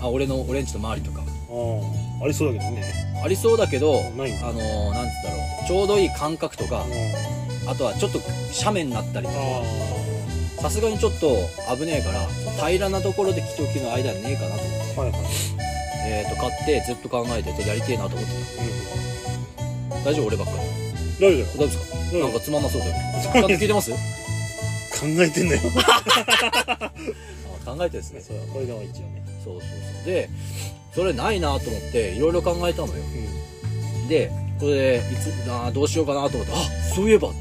A: あ俺の俺んちの周りとか
B: あーありそうだけどね
A: ありそうだけど
B: ない
A: あのー、なんつったろうちょうどいい感覚とか、
B: うん
A: あとはちょっと斜面になったりと
B: あ
A: か
B: ー
A: さすがにちょっと危ねえから平らなところで木と木の間にねえかなと思って、
B: はいはい
A: えー、と買ってずっと考えててやりてえなと思って
B: うん
A: た大丈夫俺ばっかり
B: 大丈夫だ
A: 大丈夫
B: よ
A: ですか、
B: うん
A: なんかつまんなそうだよねちゃんと聞いてます
B: 考えてんのよ
A: あ考えてですね
B: そうこれでも一応ね
A: そうそうそうでそれないなと思っていろいろ考えたのよでこれでいつあーどうしようかなと思ってあそういえばって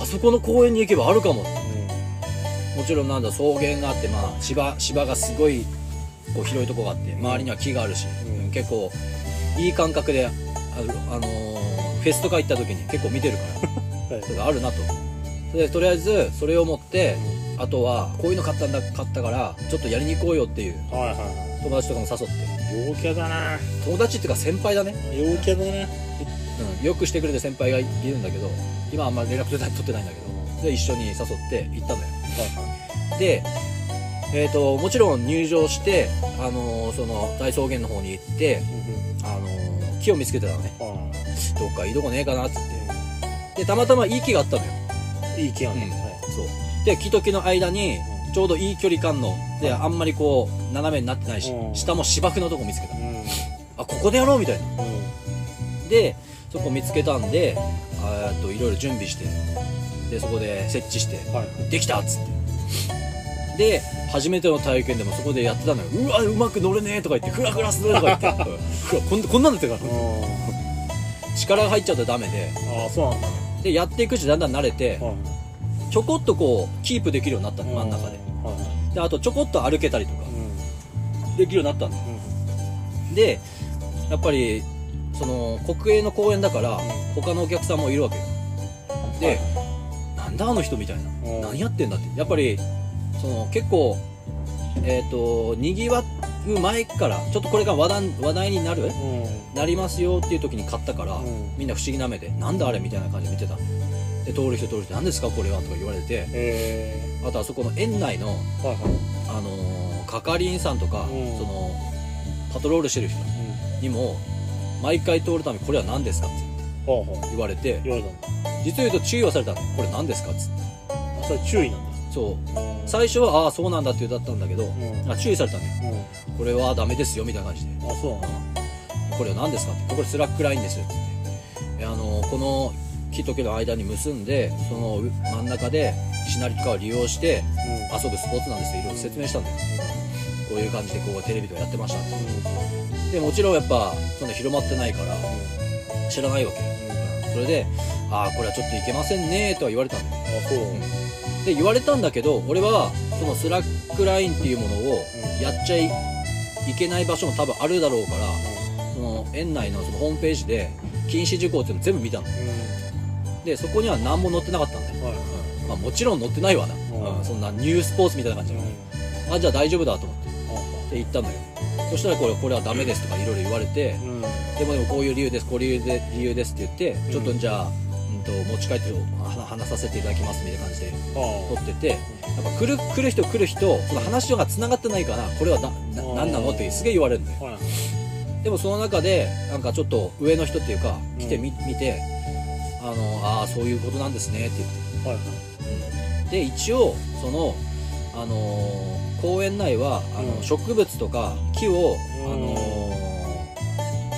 A: あそこの公園に行けばあるかももちろんなんだ草原があってまあ芝芝がすごいこう広いとこがあって周りには木があるし、
B: うん
A: 結構いい感覚であの、あのーフェスとか行った時に結構見てる から
B: うんはい
A: それがあるなとそれでとりあえずそれを持ってあとはこういうの買ったんだ買ったからちょっとやりに行こうよっていう
B: はいは
A: 友達とかも誘って
B: いはい陽キャだな
A: 友達っていうか先輩だね、
B: 陽キャだな
A: うん、よくしてくれる先輩がいるんだけど今あんま連絡取ってないんだけどで一緒に誘って行ったのよで、えー、ともちろん入場して、あのーその大草原の方に行って、あのー木を見つけてたのね
B: は
A: どっかいいとこねえかなっつってでたまたまいい木があったのよ
B: いいい気が
A: うん
B: ね
A: そうで木と木の間にちょうどいい距離感ので
B: はい
A: あんまりこう斜めになってないし
B: うん
A: 下も芝生のとこ見つけた
B: はい
A: あここでやろうみたいな
B: うんうん
A: でそこ見つけたんであーっといろいろ準備してでそこで設置して
B: はい
A: できたっつってで初めての体験でもそこでやってたのようわうまく乗れねえとか言ってフラフラするとか言って うんうわこんこんなんだったから
B: あ
A: 力が入っちゃうとダメで
B: あーそうなんだ
A: でやっていくうちにだんだん慣れて
B: はい
A: ちょこっとこうキープできるようになったの真ん中で
B: はいはい
A: であとちょこっと歩けたりとか
B: う
A: できるようになったの
B: んうん
A: でやっぱりその国営の公園だから
B: ん
A: 他のお客さんもいるわけよでなんだあの人みたいな
B: うん
A: 何やってんだってやっぱりその結構えっ、とにぎわう前からちょっとこれが話題話題になる
B: うん
A: なりますよっていう時に買ったから、
B: うん
A: みんな不思議な目で「なんだあれ?」みたいな感じで見てたで通る人通る人「何ですかこれは?」とか言われて
B: え
A: あとあそこの園内の、
B: ーはいはい
A: あのー係員さんとか、
B: うん
A: そのパトロールしてる人にも毎回通るために「これは何ですか?」って
B: うんはいはい
A: 言われて
B: 言われたんだ
A: 実を言うと注意はされたんで「これ何ですか?」っつって
B: あそれ注意なんだ
A: そう
B: うん
A: 最初は「ああそうなんだ」って言うだったんだけど、
B: うん
A: あ注意されたんだよ
B: うん
A: これはダメですよみたいな感じで
B: あそうなんだ
A: これは何ですかってこれスラックラインですよって言ってであのこの木と木の間に結んでそのう真ん中でしなりとかを利用して
B: うん
A: 遊ぶスポーツなんですよいろいろ説明したんだよこういう感じでこうテレビとかやってましたってでもちろんやっぱそんな広まってないから
B: う
A: 知らないわけ
B: んうん
A: それで「ああこれはちょっといけませんね」とは言われたんだよ
B: あそううん
A: で言われたんだけど俺はそのスラックラインっていうものをやっちゃいいけない場所も多分あるだろうからその園内のそのホームページで禁止事項っていうの全部見たのでそこには何も載ってなかったんだよ、
B: はい
A: うんまあ、もちろん載ってないわな、
B: ん
A: うんそんなニュースポーツみたいな感じ
B: う
A: で、
B: ん
A: あじゃあ大丈夫だと思って
B: あ
A: で行ったのよそしたらこれこれはダメですとかいろいろ言われて、
B: うん
A: でもでもこういう理由ですこういう理由で理由ですって言って、
B: うん
A: ちょっとじゃあ、うん、と持ち帰っては話させていただきますみたいな感じで
B: あ
A: 撮っててやっぱ来る来る人来る人その話が繋がってないからこれはなな何なのってすげえ言われるんだよ
B: あはい
A: でもその中でなんかちょっと上の人っていうか来てみ、見てあのあーそういうことなんですねって
B: はいはい
A: 言って、うん、で一応その、あのー公園内はあの、
B: うん
A: 植物とか木を、
B: うん
A: あのー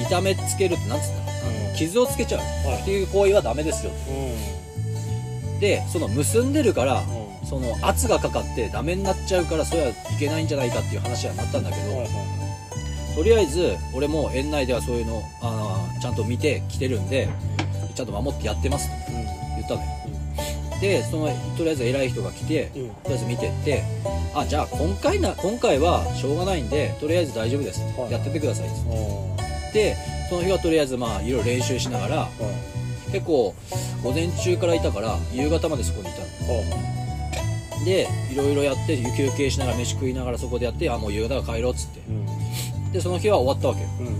A: 痛めつけるってなんつったの
B: うん
A: 傷をつけちゃう
B: は
A: っ
B: い
A: ていう行為はダメですよ
B: うん
A: でその結んでるから
B: うん
A: その圧がかかってダメになっちゃうからそれはいけないんじゃないかっていう話はなったんだけど、
B: はいは
A: とりあえず俺も園内ではそういうのあーちゃんと見てきてるんでちゃんと守ってやってますって
B: いうん
A: 言ったのよでそのとりあえず偉い人が来てと
B: うんうん
A: りあえず見てってあじゃあ今回な今回はしょうがないんでとりあえず大丈夫です、
B: はい
A: やっててくださいっつっ
B: あ
A: てその日はとりあえずまあいろいろ練習しながら
B: あはい
A: 結構午前中からいたから夕方までそこにいた
B: あ
A: のでいろいろやって休憩しながら飯食いながらそこでやってあもう夕方は帰ろうっつって
B: うん
A: でその日は終わったわけよ、
B: うん
A: う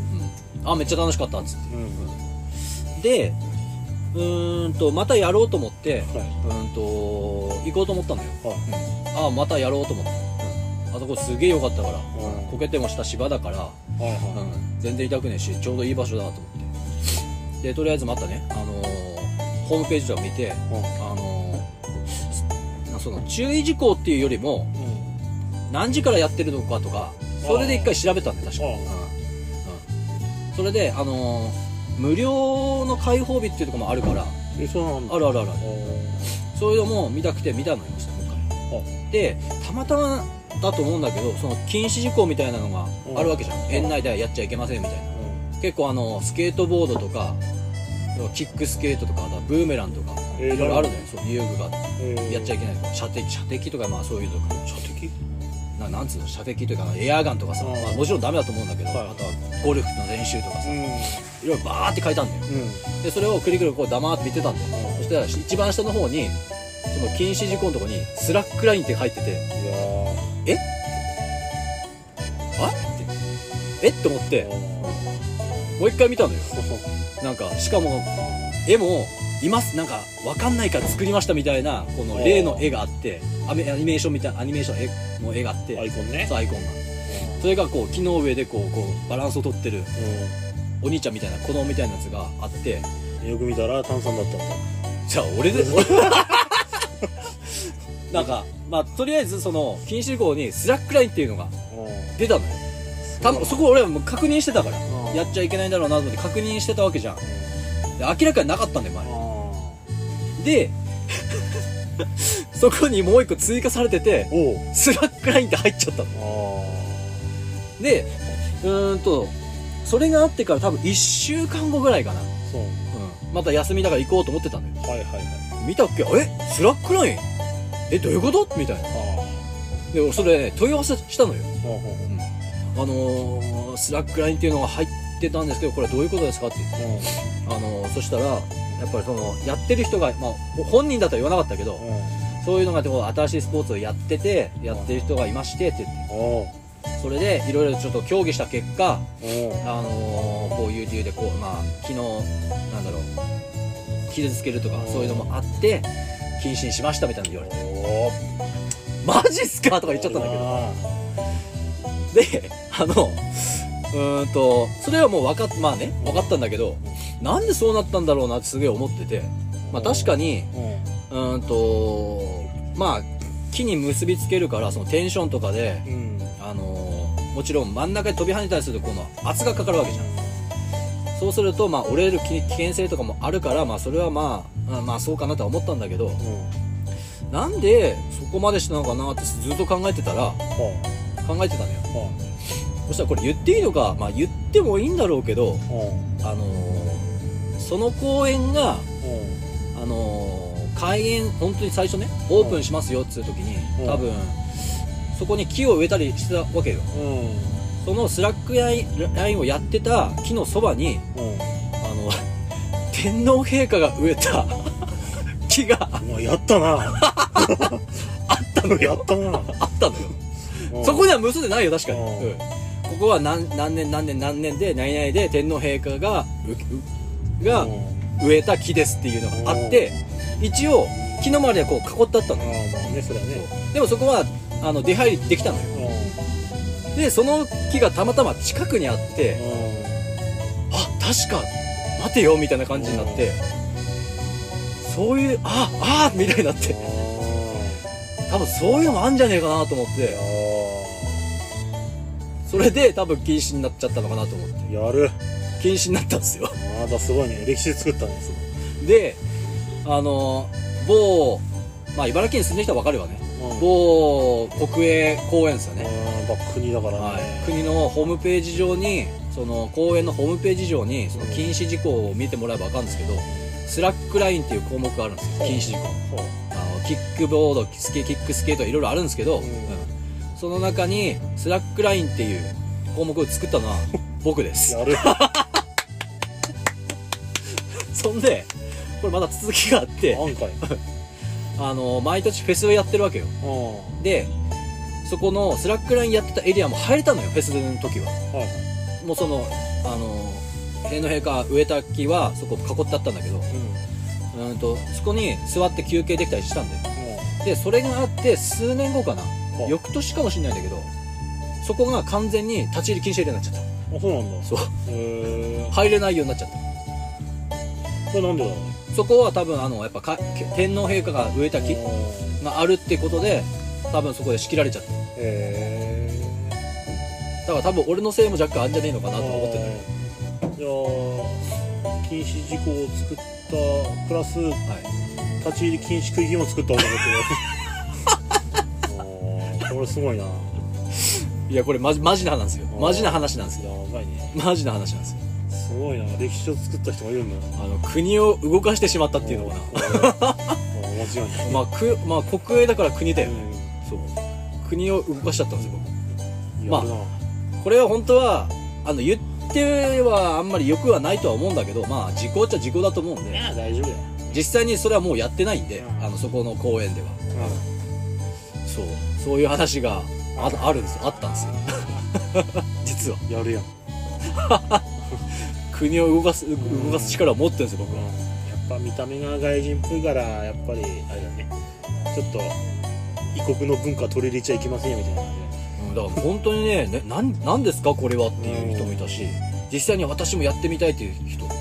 A: ん、あめっちゃ楽しかったっつって
B: うん
A: でうーんとまたやろうと思って
B: はいう
A: ーんと行こうと思ったんだよ、
B: はい
A: ああまたやろうと思って、あそこすげえ良かったから
B: うん
A: こけてもした芝だから、
B: はいはい
A: うん、全然痛くねえしちょうどいい場所だなと思ってでとりあえずまたね、あのーホームページとか見て、
B: うん
A: あのーその注意事項っていうよりも
B: うん
A: 何時からやってるのかとかそれで一回調べたんだよ確か、
B: あ
A: う
B: あ
A: んうんそれで、あのー無料の開放日っていうところもあるから
B: えそうなんだ
A: あるあるある
B: あー
A: そういうのも見たくて見たのよ今回でたまたまだと思うんだけどその禁止事項みたいなのがあるわけじゃん、
B: うん
A: 園内ではやっちゃいけませんみたいな結構あのスケートボードとか要はキックスケートとかあとはブーメランとか
B: えー
A: いろいろあるのよそう遊具が
B: うん
A: やっちゃいけないとか射的射的とかまあそういうのとか
B: 射的
A: ななんつうの射的というかエアガンとかさ、
B: うん
A: まあ、もちろんダメだと思うんだけど、
B: はい
A: あとはゴルフの練習とかさ
B: うん
A: いろいろバーって書いたんだよでそれをくりくりこう黙って見てたんだよそしたら一番下の方にその禁止事項のとこにスラックラインって入ってて
B: いやー
A: あってえっと思ってもう一回見たのよなんかしかも絵もいますなんかわかんないから作りましたみたいなこの例の絵があってアメアニメーションみたいなアニメーション絵の絵があって
B: アイコンね
A: そうアイコンがそれがこう木の上でこうこうバランスをとってるお兄ちゃんみたいな子供みたいなやつがあって
B: うんよく見たら炭酸だったんだ
A: じゃあ俺で 俺なんかまあとりあえずその禁止事項にスラックラインっていうのが出たのよたそこ俺はもう確認してたから
B: うん
A: やっちゃいけないんだろうなと思って確認してたわけじゃんで明らかになかったんだよ前で そこにもう一個追加されてて
B: おう
A: スラックラインって入っちゃったの
B: ああ
A: でうーんとそれがあってから多分1週間後ぐらいかな、
B: そう
A: うん、また休みだから行こうと思ってたのよ
B: はいはいはい
A: 見たっけえスラックラインえどういうことみたいな
B: あ
A: で俺それ、ね、問い合わせしたのよ
B: あほうほうほううん
A: あのー、スラックラインっていうのが入ってたんですけどこれはどういうことですかって言ってあのそしたらやっぱりそのやってる人が、まあ、本人だとは言わなかったけど、
B: うん
A: そういうのがこう新しいスポーツをやっててやってる人がいましてって言って
B: おう
A: それでいろいろちょっと協議した結果、
B: おう
A: あのーこういう理由でこう、まあ、昨日なんだろう傷つけるとか
B: うん
A: そういうのもあって謹慎しましたみたいなの言われて
B: おう
A: 「マジっすか?」とか言っちゃったんだけどであのうーんとそれはもう分かっまあね分かったんだけどなんでそうなったんだろうなってすげえ思ってて、まあ、確かに
B: うん
A: うーんとまあ木に結びつけるからそのテンションとかで、
B: うん
A: あのーもちろん真ん中で飛び跳ねたりするとこの圧がかかるわけじゃんそうするとまあ折れる危危険性とかもあるからまあそれはまあうんまあそうかなとは思ったんだけど
B: うん
A: なんでそこまでしたのかなってずっと考えてたら
B: は
A: 考えてたのよ
B: あは
A: そしたらこれ言っていいのかまあ言ってもいいんだろうけど
B: あうん
A: あのーその公園が
B: うん
A: あのー開園本当に最初ねオープンしますよっつう時に、
B: うん
A: 多分そこに木を植えたりしてたわけよ
B: うん
A: そのスラックラインラインをやってた木のそばに
B: うん
A: あの 天皇陛下が植えた 木があ
B: うわやったな
A: ったの
B: や
A: よ
B: ったな
A: あったのよそこ
B: で
A: では結んでないよ確かに、
B: うん
A: うんここは何何年何年何年で何々で天皇陛下がううが植えた木ですっていうのがあって一応木の周りはこう囲ってあった
B: ああ
A: のよ
B: まあねそれはね
A: でもそこはあの出入りできたのよ
B: うん
A: でその木がたまたま近くにあって
B: うん
A: あ確か待てよみたいな感じになってそういうああみたいになって多分そういうのもあんじゃねえかなと思ってそれで多分禁止になっちゃったのかなと思って
B: ああやる
A: 禁止になったんですよ
B: まだすごいね歴史作ったんです
A: であの某まあ茨城県に住んでる人は分かるわね
B: うん
A: 某国営公園ですよね
B: うんまあ国だから
A: はい、
B: ね
A: 国のホームページ上にその公園のホームページ上にその禁止事項を見てもらえば分かるんですけどスラックラインっていう項目があるんですよ
B: はい
A: 禁止事項
B: そう
A: あのキックボードスケキックスケートいろいろあるんですけど、
B: うん
A: うんその中にスラックラインっていう項目を作ったの は僕です
B: やる
A: そんでこれまだ続きがあって
B: 案外
A: あの毎年フェスをやってるわけよ
B: うん
A: でそこのスラックラインやってたエリアも入れたのよフェスの時は
B: はい
A: もうそのあの天皇陛下植えた木はそこ囲ってあったんだけど
B: うん
A: うんとそこに座って休憩できたりしたんだよでそれがあって数年後かな
B: は
A: 翌年かもしれないんだけどそこが完全に立ち入り禁止エリアになっちゃっ
B: あそうなんだ
A: たそう
B: へえ
A: 入れないようになっちゃった
B: これなんでだろう
A: そこは多分あのやっぱか天皇陛下が植えた木
B: うん
A: があるってことで多分そこで仕切られちゃった
B: へえ
A: だから多分俺のせいも若干あんじゃねえのかなと思ってる
B: じゃあ禁止事項を作ったプラス
A: はい
B: 立ち入り禁止区域も作ったわけだけ 俺すごいな。や
A: いやこれマジマジな話なんですよマジな話なんですよ
B: ばいね。
A: マジな話なんですよ
B: すごいな。歴史を作った人がいるんだな。
A: あの国を動かしてしまったっていうのかな
B: な。うん面 白いね。
A: まあ、くまあ国営だから国だよね、
B: う
A: そう国を動かしちゃったんですよ
B: ん
A: まあ
B: やるな
A: 僕これは本当はあの言ってはあんまり欲はないとは思うんだけどまあ時効っちゃ時効だと思うん
B: い
A: で
B: や、大丈夫だよ。
A: 実際にそれはもうやってないんで、
B: うん
A: あのそこの公園ではそうそういう話がああるんですよあったんですよ実は
B: うん。 やるやん。
A: 国を動かす動かす力を持ってるんですよ僕
B: や
A: は
B: っぱ見た目が外人っぽいからやっぱりあれだねちょっと異国の文化取り入れちゃいけませんよみたいな
A: うんだから本当にねねなんなんですかこれはっていう人もいたし実際に私もやってみたいっていう人も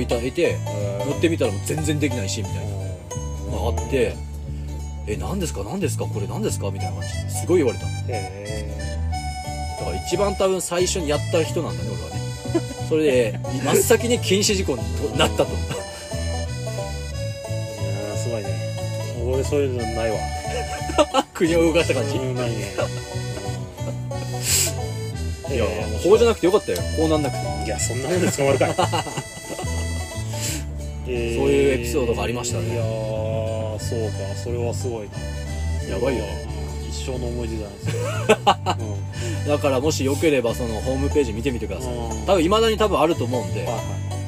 B: いた
A: いたいて
B: 乗
A: 乗ってみたらもう全然できないしみたいなのがあって
B: へ
A: 「え何ですか何ですかこれ何ですか?」みたいな感じですごい言われただ
B: え
A: から一番多分最初にやった人なんだね俺はねそれで真っ先に禁止事項にとなったと
B: いやーすごいね俺そういうのないわ
A: 国を動かした感じ
B: うん ないね
A: いやこうじゃなくてよかったよこうなんなくて
B: いやそんなもんで捕まるか い
A: そ
B: そう
A: ういうエピソードがありましたね
B: いやーそうかそれはすごいな
A: やばいよ
B: うん一生の思い出じゃないです か、うん
A: だからもしよければそのホームページ見てみてください
B: うん
A: 多分いまだに多分あると思うんで
B: はいは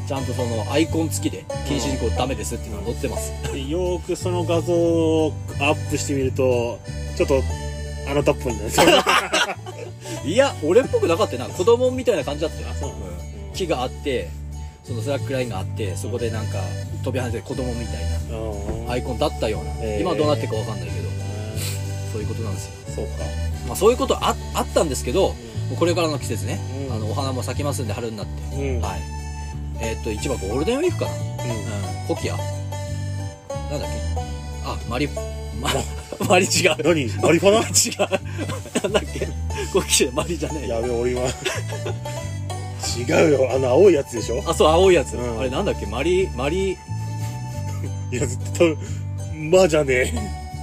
B: い
A: ちゃんとそのアイコン付きで禁止事項ダメですっていうのが載ってます
B: でよーくその画像をアップしてみるとちょっとあなたっぽいんだねそれ
A: いや俺っぽくなかったな子供みたいな感じだったよ
B: そうなの
A: うん木があってそのスラックラインがあってそこでなんか飛び跳ねてる子供みたいな
B: うん
A: アイコンだったような、
B: えー
A: 今どうなってるかわかんないけど
B: う
A: そういうことなんですよ、
B: んそうか
A: まあ、そういうことああったんですけどもうこれからの季節ね、
B: うん
A: あのお花も咲きますんで春になって、
B: うん
A: はいえーっと一番ゴールデンウィークかな、
B: うん
A: うん、コキアなんだっけあマリマ マリ違う
B: 何マリファナ
A: 違うなんだっけコキアマリじゃねえ
B: やべ俺今違うよあの青いやつでしょ
A: あそう青いやつ、
B: うん
A: あれなんだっけマリマリ
B: いや絶対マじゃね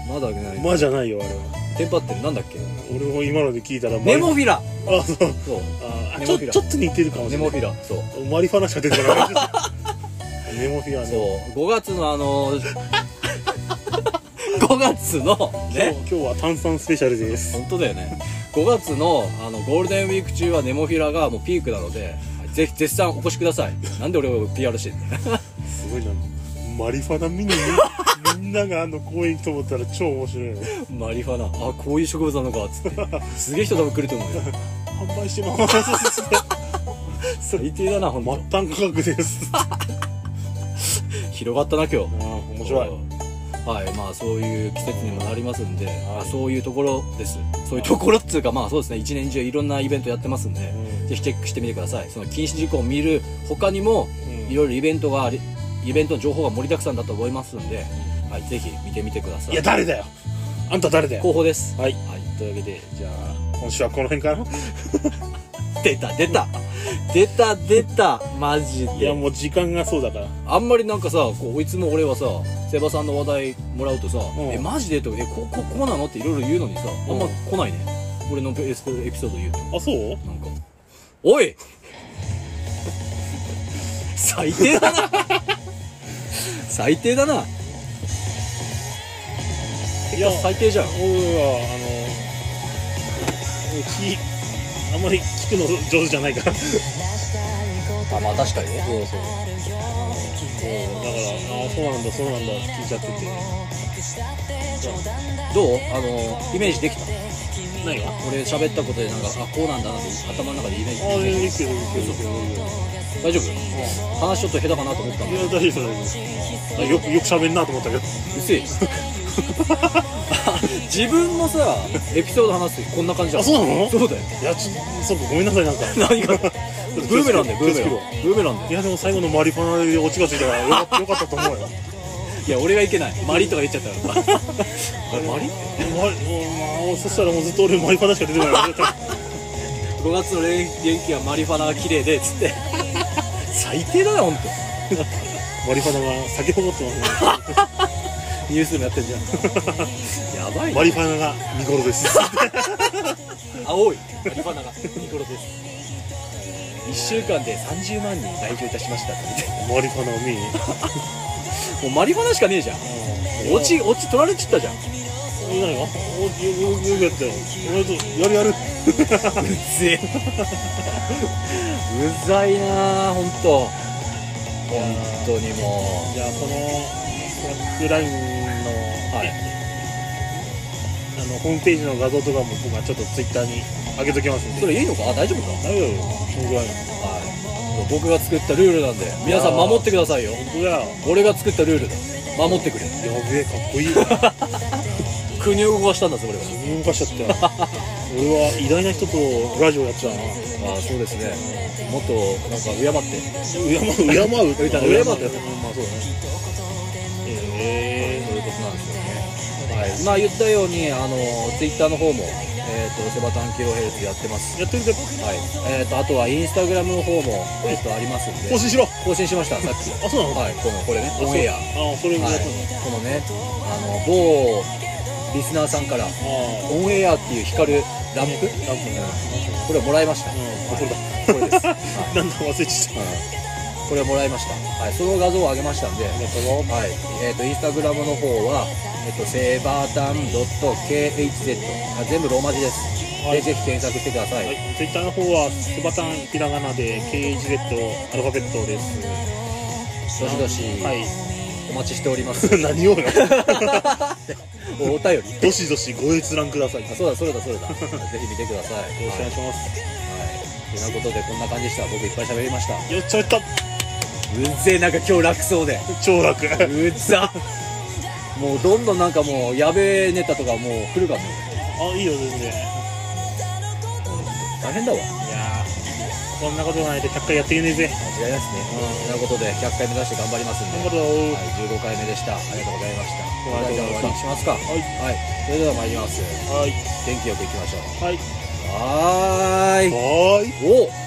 A: まだね
B: えマじゃないよあれは
A: テンパってるなんだっけ
B: 俺も今ので聞いたらマリ
A: ネモフィラ
B: あそう
A: そう
B: あ
A: ネ
B: ち
A: モ
B: ょ
A: フィラ
B: ちょっと似てるかも
A: ネ
B: しれな
A: モ
B: い
A: フィラそう
B: マリファナしか出てこ ないネモフィラ
A: そ
B: ね
A: う5月のあ の5月の
B: 今
A: ね
B: 日今日は炭酸スペシャルです
A: 本当だよね5月のあのゴールデンウィーク中はネモフィラがもうピークなのでぜひ絶賛お越しくださいなんで俺を PR してんだよ
B: すごいなマリファナ見にねみんながあの公園行くと思ったら超面白いよね
A: マリファナあこういう植物なのかっつってすげえ人多分来ると 思うよ
B: 販売して ます
A: 最低だなほんと
B: 末端価格ですあ
A: 広がったな今日
B: 面白い
A: はいまあそういう季節にもなりますんで、
B: い
A: あそういうところですそういうところっつうかまあそうですね一年中いろんなイベントやってますんで、ぜひチェックしてみてくださいその禁止事項を見る他にもいろいろイベントがありイベントの情報が盛りだくさんだと思いますんで、はい、ぜひ見てみてください
B: いや誰だよあんた誰だよ
A: 候補です
B: はい
A: はい
B: というわけでじゃあ今週はこの辺かな
A: 出た出 た出た出たマジ
B: いや
A: で
B: もう時間がそうだから
A: あんまりなんかさこういつも俺はさセバさんの話題もらうとさ「
B: ん
A: えマジで?」とか「えこここうなの?」っていろいろ言うのにさあんま来ないね俺のエピソード言うと
B: あそう
A: なんか「おい! 」最低だな 最低だない
B: や
A: 最低じゃん
B: 僕はあのきあんまり聞くの上手じゃない から
A: あまあ確かにね
B: そうそう。だから、あそうなんだ、そうなんだ、聞いちゃってて。
A: どうあのイメージできた
B: 何があ
A: 俺喋ったことでなんかあこうなんだなって頭の中でイメージ
B: あ、いや
A: で
B: で
A: きて
B: きて
A: る
B: る、できてる、できてる。
A: 大丈夫話ちょっと下手かなと思ったん
B: い
A: だ
B: や、大丈夫、大丈夫。よく、よく喋んなと思ったけど。
A: うっせえ自分のさエピソード話す時こんな感じだ
B: あ、そうなの
A: そうだよ
B: いや、ちょそうか、ごめんなさい、なんか。
A: 何がブーメランだよブーメラン
B: 気をつ
A: ブーメランだよ
B: いや、でも最後のマリファナで落ちがついたから、よかった、よかったと思うよ。
A: いや俺がいけないマリとか言っちゃったからあれマリ
B: マリ、もう、まあ、そしたらもうずっと俺マリファナしか出てこない。
A: 5月の連休はマリファナが綺麗でっつって最低だな本
B: マリファナが酒残ってますね。
A: 当ニュースでもやってんじゃんやばい
B: マリ
A: ね
B: ファナが見頃です
A: 青いマリファナがニコロです1週間で30万人来場いたしましたって言っ
B: マリファナを見に
A: てもうマリファナしかねえじゃん
B: うん
A: 落ち落ち取られちったじゃん
B: 何がおよよくやったよおめでとうやるやる
A: うぜうざいなあ本当本当にも
B: じゃあこのバックライン
A: う
B: の,、
A: はい
B: あのホームページの画像とかも僕はちょっとツイッターに上げときますんで
A: それいいのかあ大丈夫か
B: 大丈夫よそのぐら
A: は
B: い
A: い僕が作ったルールなんで皆さん守ってくださいよ
B: 本当だよ
A: 俺が作ったルールだ守ってくれ
B: やべえかっこいいわ
A: 国を動かしたんだそれは
B: 自分動かしちゃったよ俺は偉大な人とラジオやってたな
A: ああそうですねもっとなんか敬って
B: 敬う敬う
A: 敬って
B: 敬う
A: まあそうだね
B: へ
A: そういうことなんですよねはいまあ言ったようにあのツイッターの方もえっ、とセバタンキロヘルツやってます
B: えやってみて
A: はいえっ、とあとはインスタグラムの方もえっ、とありますんで
B: 更新しろ
A: 更新しましたさっき
B: あそうなの
A: はいこのこれね
B: あそう
A: オンエア
B: あそれも
A: は
B: やっ
A: い
B: たの、
A: このねあの某リスナーさんから
B: あ
A: オンエアっていう光るランプ
B: あランプね
A: これをもらいました、
B: うん
A: は
B: あ
A: い
B: それ
A: これ
B: だ
A: です、はい
B: だんだん忘れちゃっ
A: うんこれをもらいました、はい、その画像を上げましたんで、
B: た
A: はいえー、とインスタグラムの方は、えっとセバタン .khz あ全部ローマ字です、
B: はい
A: でぜひ検索してください、
B: はい、ツイッターの方は、スバタンひらがなで、KHZ アルファベットです。
A: どしどし
B: はい。
A: お待ちしております
B: 何をよ。
A: お便り
B: どしどしご閲覧ください。よ
A: あ
B: ろし
A: そうだそれだそれだぜひ見てください
B: くお願いします。
A: はい、ということでこんな感じでした僕いっぱい喋りました
B: よっちゃった
A: うぜえなんか今日楽そうで
B: 超楽。あ、
A: うざもうどんどんなんかもうやべえネタとかもう来るかも
B: いいよ、全然。い
A: 大変だわ
B: やー、こんなことないで100回やっていけねえぜ。
A: 間違いないですねということで100回目指して頑張りますんで、は
B: 頑張るぞ
A: い、
B: ー。
A: 15回目でしたありがとうございました
B: ありがとうございました
A: それでは終わりにしますかはい、それでは参ります
B: はい。
A: 元気よくいきましょう
B: はい。
A: はーい
B: はーい。
A: お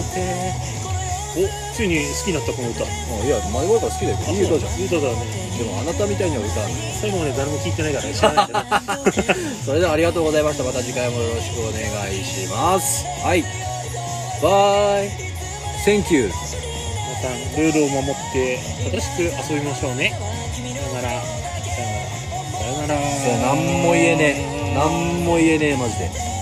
B: お、ついに好きになった、この歌。
A: おいや前々から好きだよいい歌じゃん
B: いい歌だね。
A: でもあなたみたいには歌わない
B: 最後まで誰も聞いてないからね、知らないんだね。
A: それではありがとうございましたまた次回もよろしくお願いしますはいバイ Thank you
B: 皆さんルールを守って正しく遊びましょうねさよならさよならさよなら
A: なんも言えねえなんも言えねえマジで